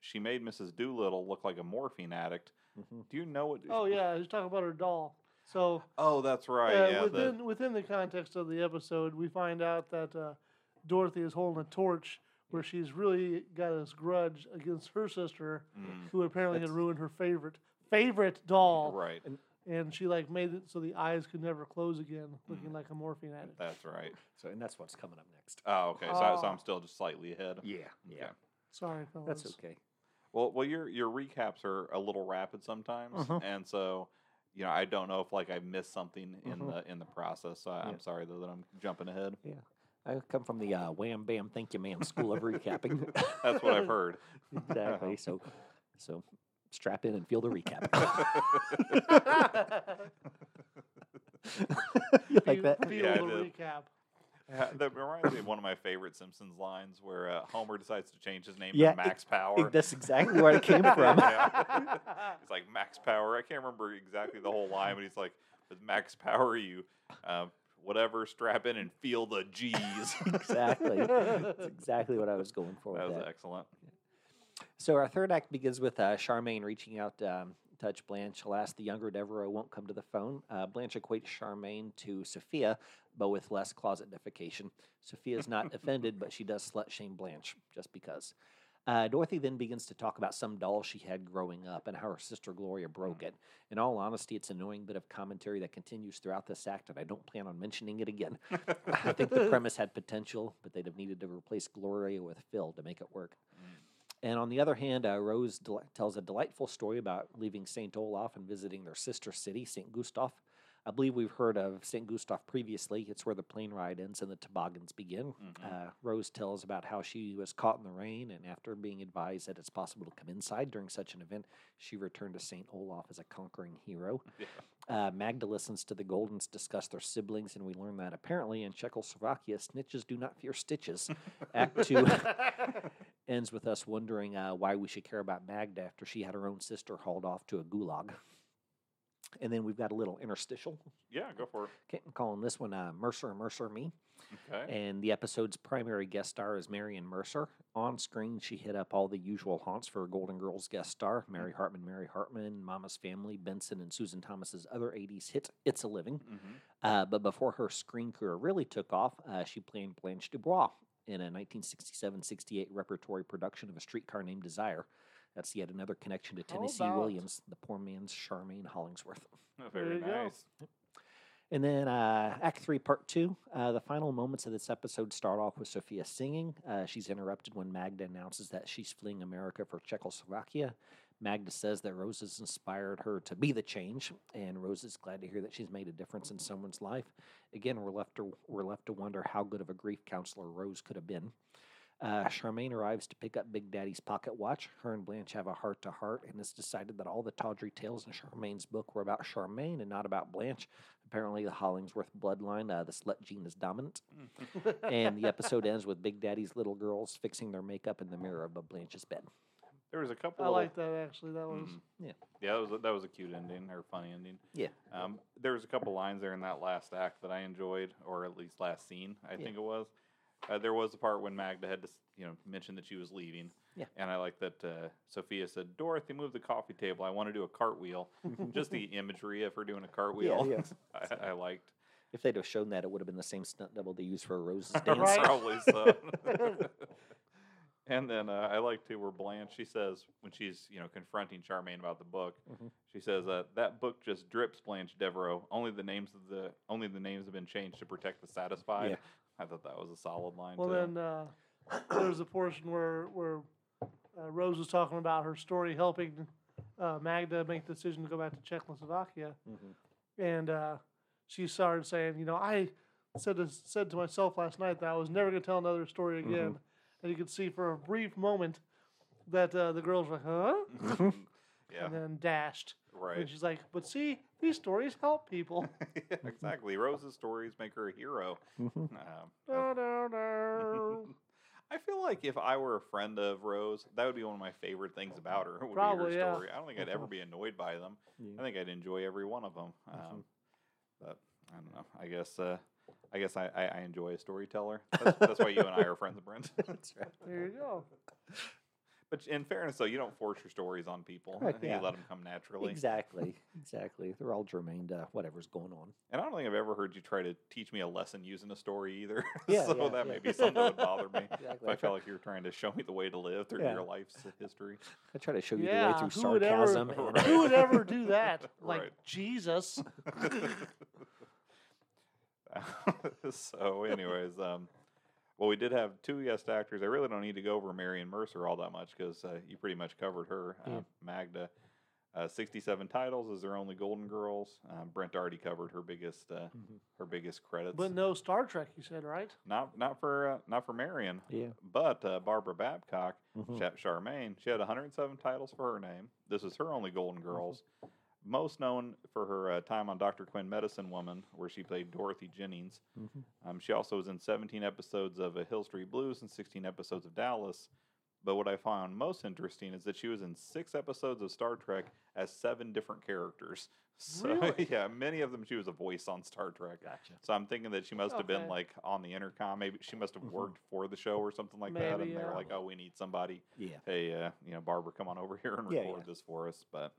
she made Mrs. Doolittle look like a morphine addict. Mhm. Do you know what? Oh yeah, he's talking about her doll. So Oh, that's right. uh, yeah, the- within within the context of the episode, we find out that uh, Dorothy is holding a torch where she's really got this grudge against her sister, mm, who apparently had That's- ruined her favorite favorite doll, right. and she like made it so the eyes could never close again, Mm. looking like a morphine addict. That's right. So, and that's what's coming up next. Oh, okay. So, so Oh. I'm still just slightly ahead. Yeah, yeah. Okay. Sorry, fellas. That's okay. Well, well, your your recaps are a little rapid sometimes, Mhm. and so you know I don't know if like I missed something in Mhm. the in the process. So I, Yeah. I'm sorry though that I'm jumping ahead. I come from the uh, wham bam thank you ma'am school of recapping. That's [LAUGHS] what I've heard. exactly. So, so strap in and feel the recap. you like Fe- that? Feel Yeah, I the did. recap. Yeah, that reminds me of one of my favorite Simpsons lines where uh, Homer decides to change his name Yeah, to Max Power. Think [LAUGHS] That's exactly where it came [LAUGHS] from. [LAUGHS] [LAUGHS] Yeah. He's like Max Power. I can't remember exactly the whole line, but he's like, "With Max Power, you uh, whatever, strap in and feel the G's." [LAUGHS] exactly. That's exactly what I was going for. that with was that. [LAUGHS] excellent. So our third act begins with uh, Charmaine reaching out um, to touch Blanche. Alas, the younger Devereaux won't come to the phone. Uh, Blanche equates Charmaine to Sophia, but with less closet defecation. Sophia is not offended, but she does slut shame Blanche just because. Uh, Dorothy then begins to talk about some doll she had growing up and how her sister Gloria broke it. In all honesty, it's an annoying bit of commentary that continues throughout this act, and I don't plan on mentioning it again. I think the premise had potential, but they'd have needed to replace Gloria with Phil to make it work. And on the other hand, uh, Rose deli- tells a delightful story about leaving St. Olaf and visiting their sister city, St. Gustav. I believe we've heard of St. Gustav previously. It's where the plane ride ends and the toboggans begin. Mhm. Uh, Rose tells about how she was caught in the rain, and after being advised that it's possible to come inside during such an event, she returned to St. Olaf as a conquering hero. Yeah. Uh, Magda listens to the Goldens discuss their siblings, and we learn that apparently in Czechoslovakia, snitches do not fear stitches. Act two [LAUGHS] ends with us wondering uh, why we should care about Magda after she had her own sister hauled off to a gulag. And then we've got a little interstitial. Yeah, go for it. Okay, I'm calling this one uh, Mercer Mercer Me. Okay. And the episode's primary guest star is Marion Mercer. On screen, she hit up all the usual haunts for a Golden Girls guest star Mary Hartman, Mary Hartman, Mama's Family, Benson, and Susan Thomas's other 80s hit, It's a Living. hmm Uh, but before her screen career really took off, uh, she played Blanche Dubois in a 1967 68 repertory production of A Streetcar Named Desire. That's yet another connection to How Tennessee about- Williams, the poor man's Charmaine Hollingsworth. Oh, Very you go. nice. And then uh, Act 3, Part 2. Uh, the final moments of this episode start off with Sophia singing. Uh, she's interrupted when Magda announces that she's fleeing America for Czechoslovakia. Magda says that Rose has inspired her to be the change, and Rose is glad to hear that she's made a difference in someone's life. Again, we're left to, we're left to wonder how good of a grief counselor Rose could have been. Uh, Charmaine arrives to pick up Big Daddy's pocket watch. Her and Blanche have a heart to heart, and it's decided that all the tawdry tales in Charmaine's book were about Charmaine and not about Blanche. Apparently, the Hollingsworth bloodline, uh, the slut gene is dominant. and the episode ends with Big Daddy's little girls fixing their makeup in the mirror above Blanche's bed. There was a couple. I of like that actually. That was Mm. Yeah. Yeah, that was a, that was a cute ending or funny ending. Yeah. Um, there was a couple lines there in that last act that I enjoyed, or at least last scene, I Yeah. think it was. Uh, there was the part when Magda had to, s- you know, mention that she was leaving. Yeah. And I like that uh, Sophia said, "Dorothy, move the coffee table. I want to do a [LAUGHS] cartwheel." Just the imagery of her doing a cartwheel, yeah. [LAUGHS] I, I liked. If they'd have shown that, it would have been the same stunt double they used for Rose's [LAUGHS] dance. Right. Probably so. [LAUGHS] [LAUGHS] and then uh, I like too where Blanche she says when she's you know confronting Charmaine about the book, Mm-hmm. Mhm. she says uh, that book just drips Blanche Devereaux. Only the names of the only the names have been changed to protect the satisfied. Yeah. I thought that was a solid line. Well, too. then uh, there was a portion where where uh, Rose was talking about her story helping uh, Magda make the decision to go back to Czechoslovakia, Mm-hmm. Mhm. and uh, she started saying, you know, I said to, said to myself last night that I was never going to tell another story Mm-hmm. again, and you could see for a brief moment that uh, the girls were like, huh, [LAUGHS] yeah, [LAUGHS] and then dashed, right. and she's like, but see, these stories help people. [LAUGHS] Yeah, exactly. Rose's stories make her a [LAUGHS] hero. Mhm. Um, Da, da, da. I feel like if I were a friend of Rose, that would be one of my favorite things about her. Would be Probably, her yeah. story. I don't think I'd ever be annoyed by them. Yeah. I think I'd enjoy every one of them. Um, But I don't know. I guess uh, I guess I, I, I [LAUGHS] enjoy a storyteller. That's, that's why you and I are friends, Brent. That's right. there you go. [LAUGHS] But in fairness, though, you don't force your stories on people. Correct, you yeah. let them come naturally. Exactly. Exactly. They're all germane to whatever's going on. And I don't think I've ever heard you try to teach me a lesson using a story either. [LAUGHS] Yeah, so yeah, that yeah. may be something that would bother [LAUGHS] me. Exactly. If I felt like you were trying to show me the way to live through Yeah. your life's history. I try to show you the Yeah, way through who would ever- sarcasm. and- [LAUGHS] Right. Who would ever [LAUGHS] do that? Like Right. Jesus. [LAUGHS] so, anyways, um, well, we did have two guest actors. I really don't need to go over Marion Mercer all that much because uh, you pretty much covered her. Uh, Yeah. Magda, uh, sixty-seven titles is their only Golden Girls. Um, Brent already covered her biggest uh, Mhm. her biggest credits. But no Star Trek, you said, right? not not for uh, not for Marion, Yeah. but uh, Barbara Babcock, Mm. Mhm. Cha- Charmaine. She had 107 titles for her name. This is her only Golden Mm-hmm. Girls. Most known for her uh, time on Dr. Quinn Medicine Woman, where she played Dorothy Jennings. Mhm. Mm-hmm. Um, she also was in 17 episodes of uh, Hill Street Blues and 16 episodes of Dallas. But what I found most interesting is that she was in six episodes of Star Trek as seven different characters. [LAUGHS] So, Really? yeah, many of them she was a voice on Star Trek. Gotcha. So I'm thinking that she must have been Okay. Mm-hmm. like on the intercom. Maybe she must have Mhm. worked for the show or something like that. Maybe, And they were yeah. like, "Oh, we need somebody. Yeah. Hey, uh, you know, Barbara, come on over here and Yeah, record yeah. this for us." But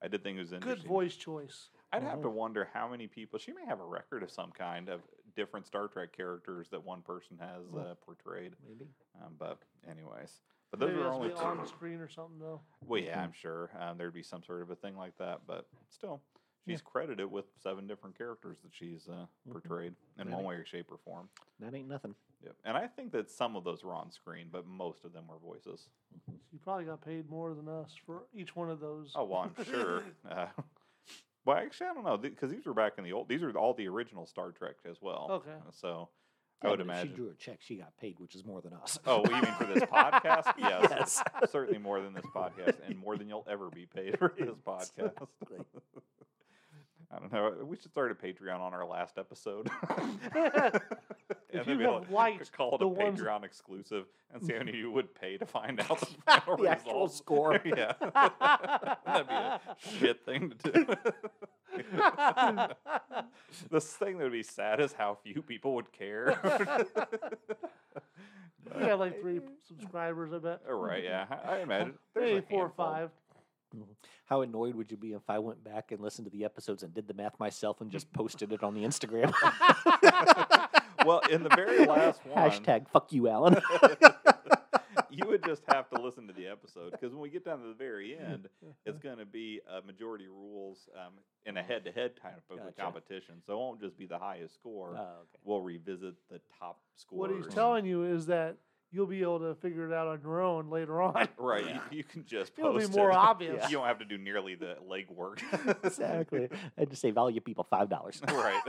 I did think it was interesting. Good voice choice. I'd have to Mhm. wonder how many people she may have a record of some kind of different Star Trek characters that one person has Mm. uh, portrayed. Maybe. Um, but anyways, but those Maybe are that's only the two. on screen or something though. Well, yeah, Mhm. I'm sure um, there'd be some sort of a thing like that, but still, Yeah. she's credited with seven different characters that she's uh, Mhm. portrayed in That one ain't- way, shape, or form. That ain't nothing. Yep. And I think that some of those were on screen, but most of them were voices. You probably got paid more than us for each one of [LAUGHS] those. Oh, [LAUGHS] well, I'm sure. Uh, [LAUGHS] well, actually, I don't know because these were back in the old. These are all the original Star Trek as well. Okay. Uh, So I Yeah, would but if imagine. She drew a check. She got paid, which is more than us. [LAUGHS] oh, you mean for this podcast? Yes. [LAUGHS] Yes. Certainly more than this podcast, and more than you'll ever be paid [LAUGHS] for this podcast. Exactly. [LAUGHS] I don't know. We should start a Patreon on our last episode. [LAUGHS] If then you be able have to liked call it a the ones- Patreon exclusive and see how [LAUGHS] many you would pay to find out the final The actual results. score. [LAUGHS] yeah, [LAUGHS] that'd be [LAUGHS] a [LAUGHS] shit thing to do. [LAUGHS] [LAUGHS] the thing that would be sad is how few people would [LAUGHS] care. We had like three [LAUGHS] subscribers, I bet. All Oh, right, yeah, I, I [LAUGHS] imagine there's Maybe a four or handful. five. How annoyed would you be if I went back and listened to the episodes and did the math myself and just posted it on the Instagram? Well, in the [LAUGHS] very last one, [LAUGHS] Hashtag fuck you, Alan. you would just have to listen to the episode because when we get down to the very end, [LAUGHS] it's going to be a majority rules um, in a head-to-head kind of a Gotcha. competition. So it won't just be the highest score. [LAUGHS] Oh, okay. we'll revisit the top score. What he's telling you is that you'll be able to figure it out on your own later on. [LAUGHS] [LAUGHS] Right, you, you can just It'll be post more it. obvious. You don't have to do nearly the [LAUGHS] legwork. Exactly. I'd just say value people five dollars. [LAUGHS] right.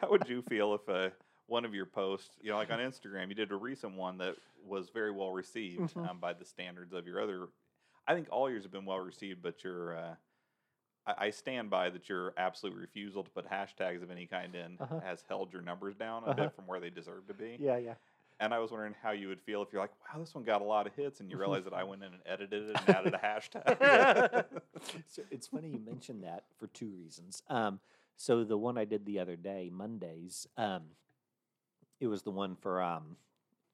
How would you feel if uh, one of your posts, you know, like on Instagram, you did a recent one that was very well received Mm-hmm. Mhm. um, by the standards of your other? I think all yours have been well received, but your uh, I, I stand by that your absolute refusal to put hashtags of any kind in Uh-huh. has held your numbers down a Uh-huh. bit from where they deserve to be. Yeah, yeah. And I was wondering how you would feel if you're like, wow, this one got a lot of hits, [LAUGHS] and you realize that I went in and edited it and added a [LAUGHS] hashtag. [LAUGHS] So it's funny you mentioned that for two reasons. Um, so the one I did the other day, Mondays, um, it was the one for um,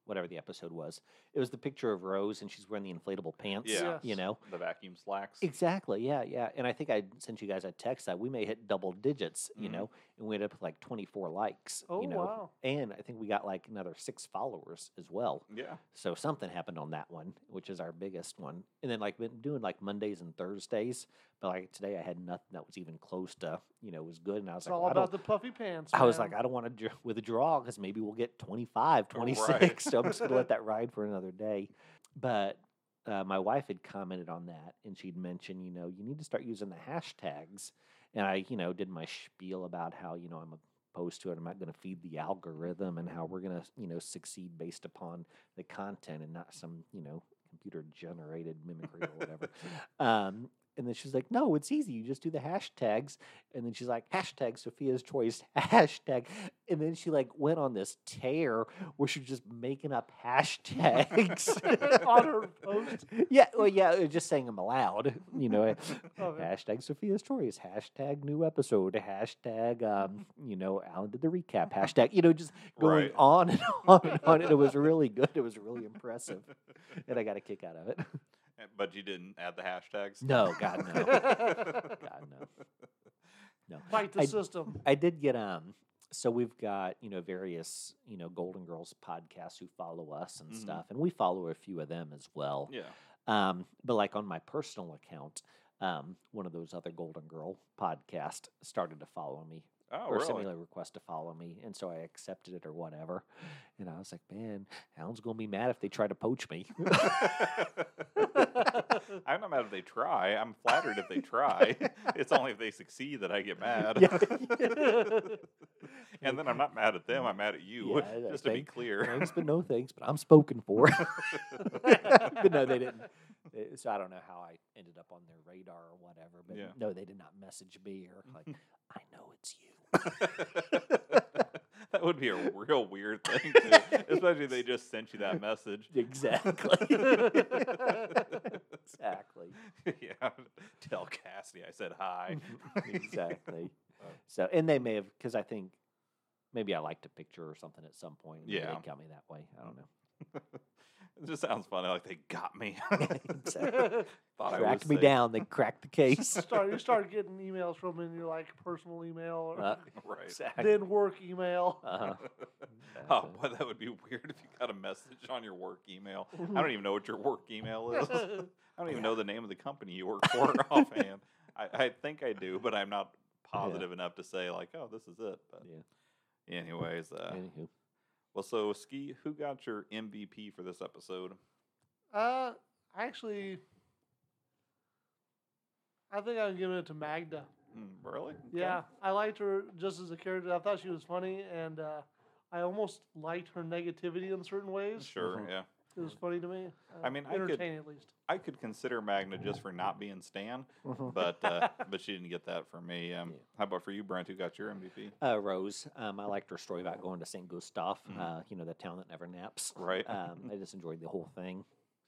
whatever the episode was. It was the picture of Rose and she's wearing the inflatable pants. Yeah. You Yes. know. the vacuum slacks. Exactly. Yeah. Yeah. And I think I sent you guys a text that we may hit double digits, you Mhm. know, and we ended up with like 24 likes, Mm-hmm. Oh you know. wow. And I think we got like another six followers as well. Yeah. So something happened on that one, which is our biggest one. And then like been doing like Mondays and Thursdays, but like today I had nothing that was even close to, you know, was good. And I was It's like, all "Well, I don't- about the puffy pants. I was man. like, I don't want to withdraw because maybe we'll get 25, 26. So I'm just going to let that ride for another day. But uh, my wife had commented on that and she'd mentioned, you know, you need to start using the hashtags. And I, you know, did my spiel about how, you know, I'm opposed to it. I'm not going to feed the algorithm and how we're going to, you know, succeed based upon the content and not some, you know, computer generated mimicry or whatever. [LAUGHS] um, And then she's like, no, it's easy. You just do the hashtags. And then she's like, hashtag Sophia's choice, [LAUGHS] hashtag. And then she like went on this tear where she was just making up [LAUGHS] hashtags [LAUGHS] [LAUGHS] On her post? Yeah, well, yeah, uh, just saying them aloud. You know, uh, Okay. hashtag Sophia's choice, hashtag new episode, hashtag [LAUGHS] um, you know, Alan did the recap, hashtag you know, just going Right. [LAUGHS] on and on and on. And it was really good. It was really impressive, and I got a kick out of it. Eh, But you didn't add the hashtags? No, God [LAUGHS] no, [LAUGHS] God no. No, Fight the I- system. I did get um. So we've got you know various you know Golden Girls podcasts who follow us and Mhm. stuff, and we follow a few of them as well. Yeah. Um, but like on my personal account, um, one of those other Golden Girl podcast started to follow me Oh, or [LAUGHS] sent really? me a request to follow me, and so I accepted it or whatever. And I was like, man, Alan's gonna be mad if they try to poach me. [LAUGHS] I'm not mad if they try. I'm flattered if they [LAUGHS] try. It's only if they succeed that I get mad. Yeah. [LAUGHS] and then I'm not mad at them. I'm mad at you. Yeah, just to be thank- clear. thanks, but no thanks. But I'm spoken for. [LAUGHS] but no, they didn't. They- So I don't know how I ended up on their radar or whatever. But Yeah. no, they did not message me or [LAUGHS] like, I know it's you. that would be a real weird thing, [LAUGHS] too, especially if they just sent you that message. Exactly. exactly. [LAUGHS] yeah, tell Cassidy I said hi. Mm-hmm. Exactly. Oh. So, and they may have, because I think maybe I liked a picture or something at some point. and maybe Yeah. They got me that way. I don't know. [LAUGHS] It just sounds funny. Like they got [LAUGHS] me. [LAUGHS] Exactly. Start, Thought [LAUGHS] I was Cracked me safe. down. They cracked [LAUGHS] the case. you start getting emails from in your like personal email or Uh, Right. exactly. then work email. [LAUGHS] Uh-huh. Oh, Exactly. boy, that would be weird if you got a message on your work email. Mm-hmm. I don't even know what your work email [LAUGHS] is. I don't even know the name of the company you work for [LAUGHS] offhand. I, I think I do, but I'm not positive enough to say like, oh, this is it. But Yeah. anyways, uh, Anywho. well, so Ski, who got your MVP for this episode? [LAUGHS] uh, actually, I think I'm giving it to Magda. Hmm, really? Okay. Yeah, I liked her just as a character. I thought she was funny, and uh, I almost liked her negativity in certain ways. Sure. Mhm. Yeah. It was funny to me. Uh, I mean, I could- entertaining at least. I could consider Magna just for not being Stan, Mhm. but [LAUGHS] uh, but she didn't get that from me. Um, Yeah. How about for you, Brent? Who got your MVP? Uh, Rose, um, I liked her story about going to St. Gustav, Mhm. uh, you know, the town that never naps. Right. Um, I just enjoyed the whole [LAUGHS] thing.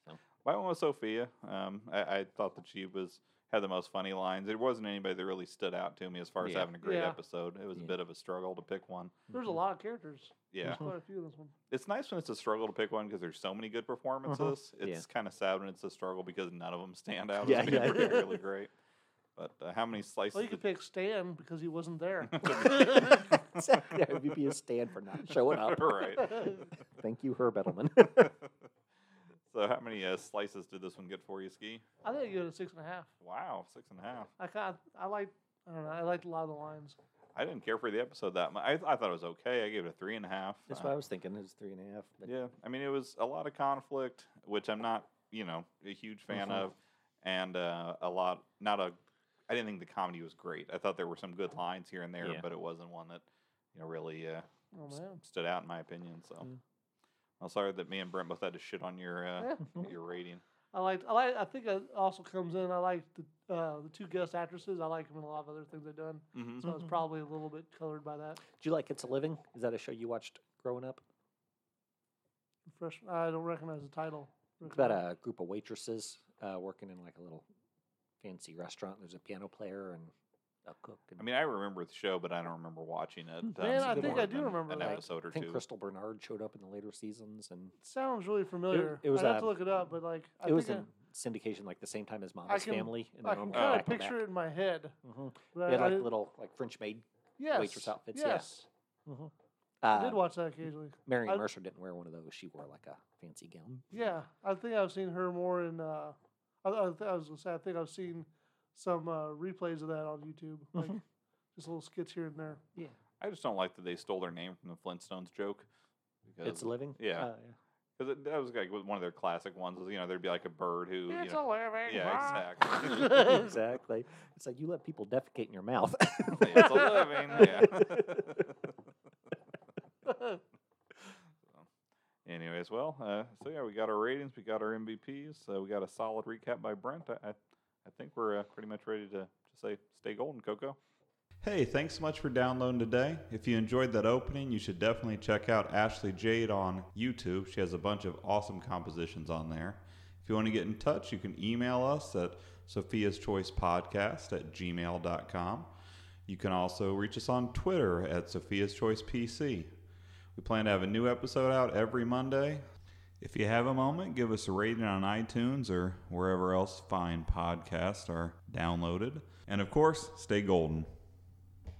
[LAUGHS] My one was Sophia. Um, I, I thought that she was had the most funny lines. There wasn't anybody that really stood out to me as far as Yeah. having a great Yeah. episode. It was Yeah. Mm-hmm. a bit of a struggle to pick one. There's a lot of characters. Mm-hmm. Yeah, There's quite a few in this one. it's nice when it's a struggle to pick one because there's so many good performances. Mm-hmm. Yeah. It's kind of sad when it's a struggle because none of them stand [LAUGHS] out Yeah, as being yeah. particularly great. But uh, how many slices? Well, you could did- pick Stan because he [LAUGHS] wasn't there. Exactly. MVP is Stan for not showing [LAUGHS] up. [LAUGHS] right. Thank you, Herb [LAUGHS] Edelman. So how many uh, slices did this one get for you, Ski? I think I give it a six and a half. Wow, six and a half. I kind I like I don't know. I liked a lot of the lines. I didn't care for the episode that much. I, I thought it was okay. I gave it a three and a half. That's Uh, what I was thinking. It was three and a half. But Yeah, I mean, it was a lot of conflict, which I'm not, you know, a huge fan Mhm. of, and uh, a lot. Not a. I didn't think the comedy was great. I thought there were some good lines here and there, Yeah. but it wasn't one that, you know, really uh, Oh s- man. stood out in my opinion. So, Yeah. I'm sorry that me and Brent both had to shit on your uh, Yeah. [LAUGHS] your rating. I liked I like I think it also comes in. I like the uh, the two guest actresses. I like them in a lot of other things they've done. Mm-hmm. So I was probably a little bit colored by that. Do you like It's a Living? Is that a show you watched growing up? Fresh. I don't recognize the title. It's about a group of waitresses uh, working in like a little fancy restaurant. There's a piano player and a cook. And I mean, I remember the show, but I don't remember watching it. Mm. uh, Man, it's I been think more I do than remember an that. episode or I think two. Crystal Bernard showed up in the later seasons, and Sounds really familiar. it was I'd have a- to look it up, but like I it was think in syndication like the same time as Mama's can- Family. And I, I then can on Oh. kind back of to back. picture it Uh, in my head. Mhm. But They had I, like I, little like French maid yes, waitress outfits, yeah. Yes, Mhm. I did Uh, watch that occasionally. Marion I- Mercer didn't wear one of those. She wore like a fancy gown. Yeah, I think I've seen her more in. Uh, I, I, th- I was gonna say I think I've seen some uh, replays of that on YouTube, like Mhm. just little skits here and there. I just don't like that they stole their name from the Flintstones joke. Because It's a living. yeah. Uh, yeah. Because that was like one of their classic ones. Was, you know, there'd be like a bird who. you It's know, a living. yeah, exactly. [LAUGHS] [LAUGHS] exactly. exactly. It's like you let people defecate in your mouth. it's a living. Yeah. [LAUGHS] Anyways, well, uh, so yeah, we got our ratings, we got our MVPs, so we got a solid recap by Brent. I, I, I think we're uh, pretty much ready to, to say stay golden, Coco. Hey, thanks so much for downloading today. If you enjoyed that opening, you should definitely check out Ashley Jade on YouTube. She has a bunch of awesome compositions on there. If you want to get in touch, you can email us at Sophia's Choice Podcast at gmail.com. You can also reach us on Twitter at Sophia's Choice PC. We plan to have a new episode out every Monday. If you have a moment, give us a rating on iTunes or wherever else fine podcasts are downloaded. And of course, stay golden.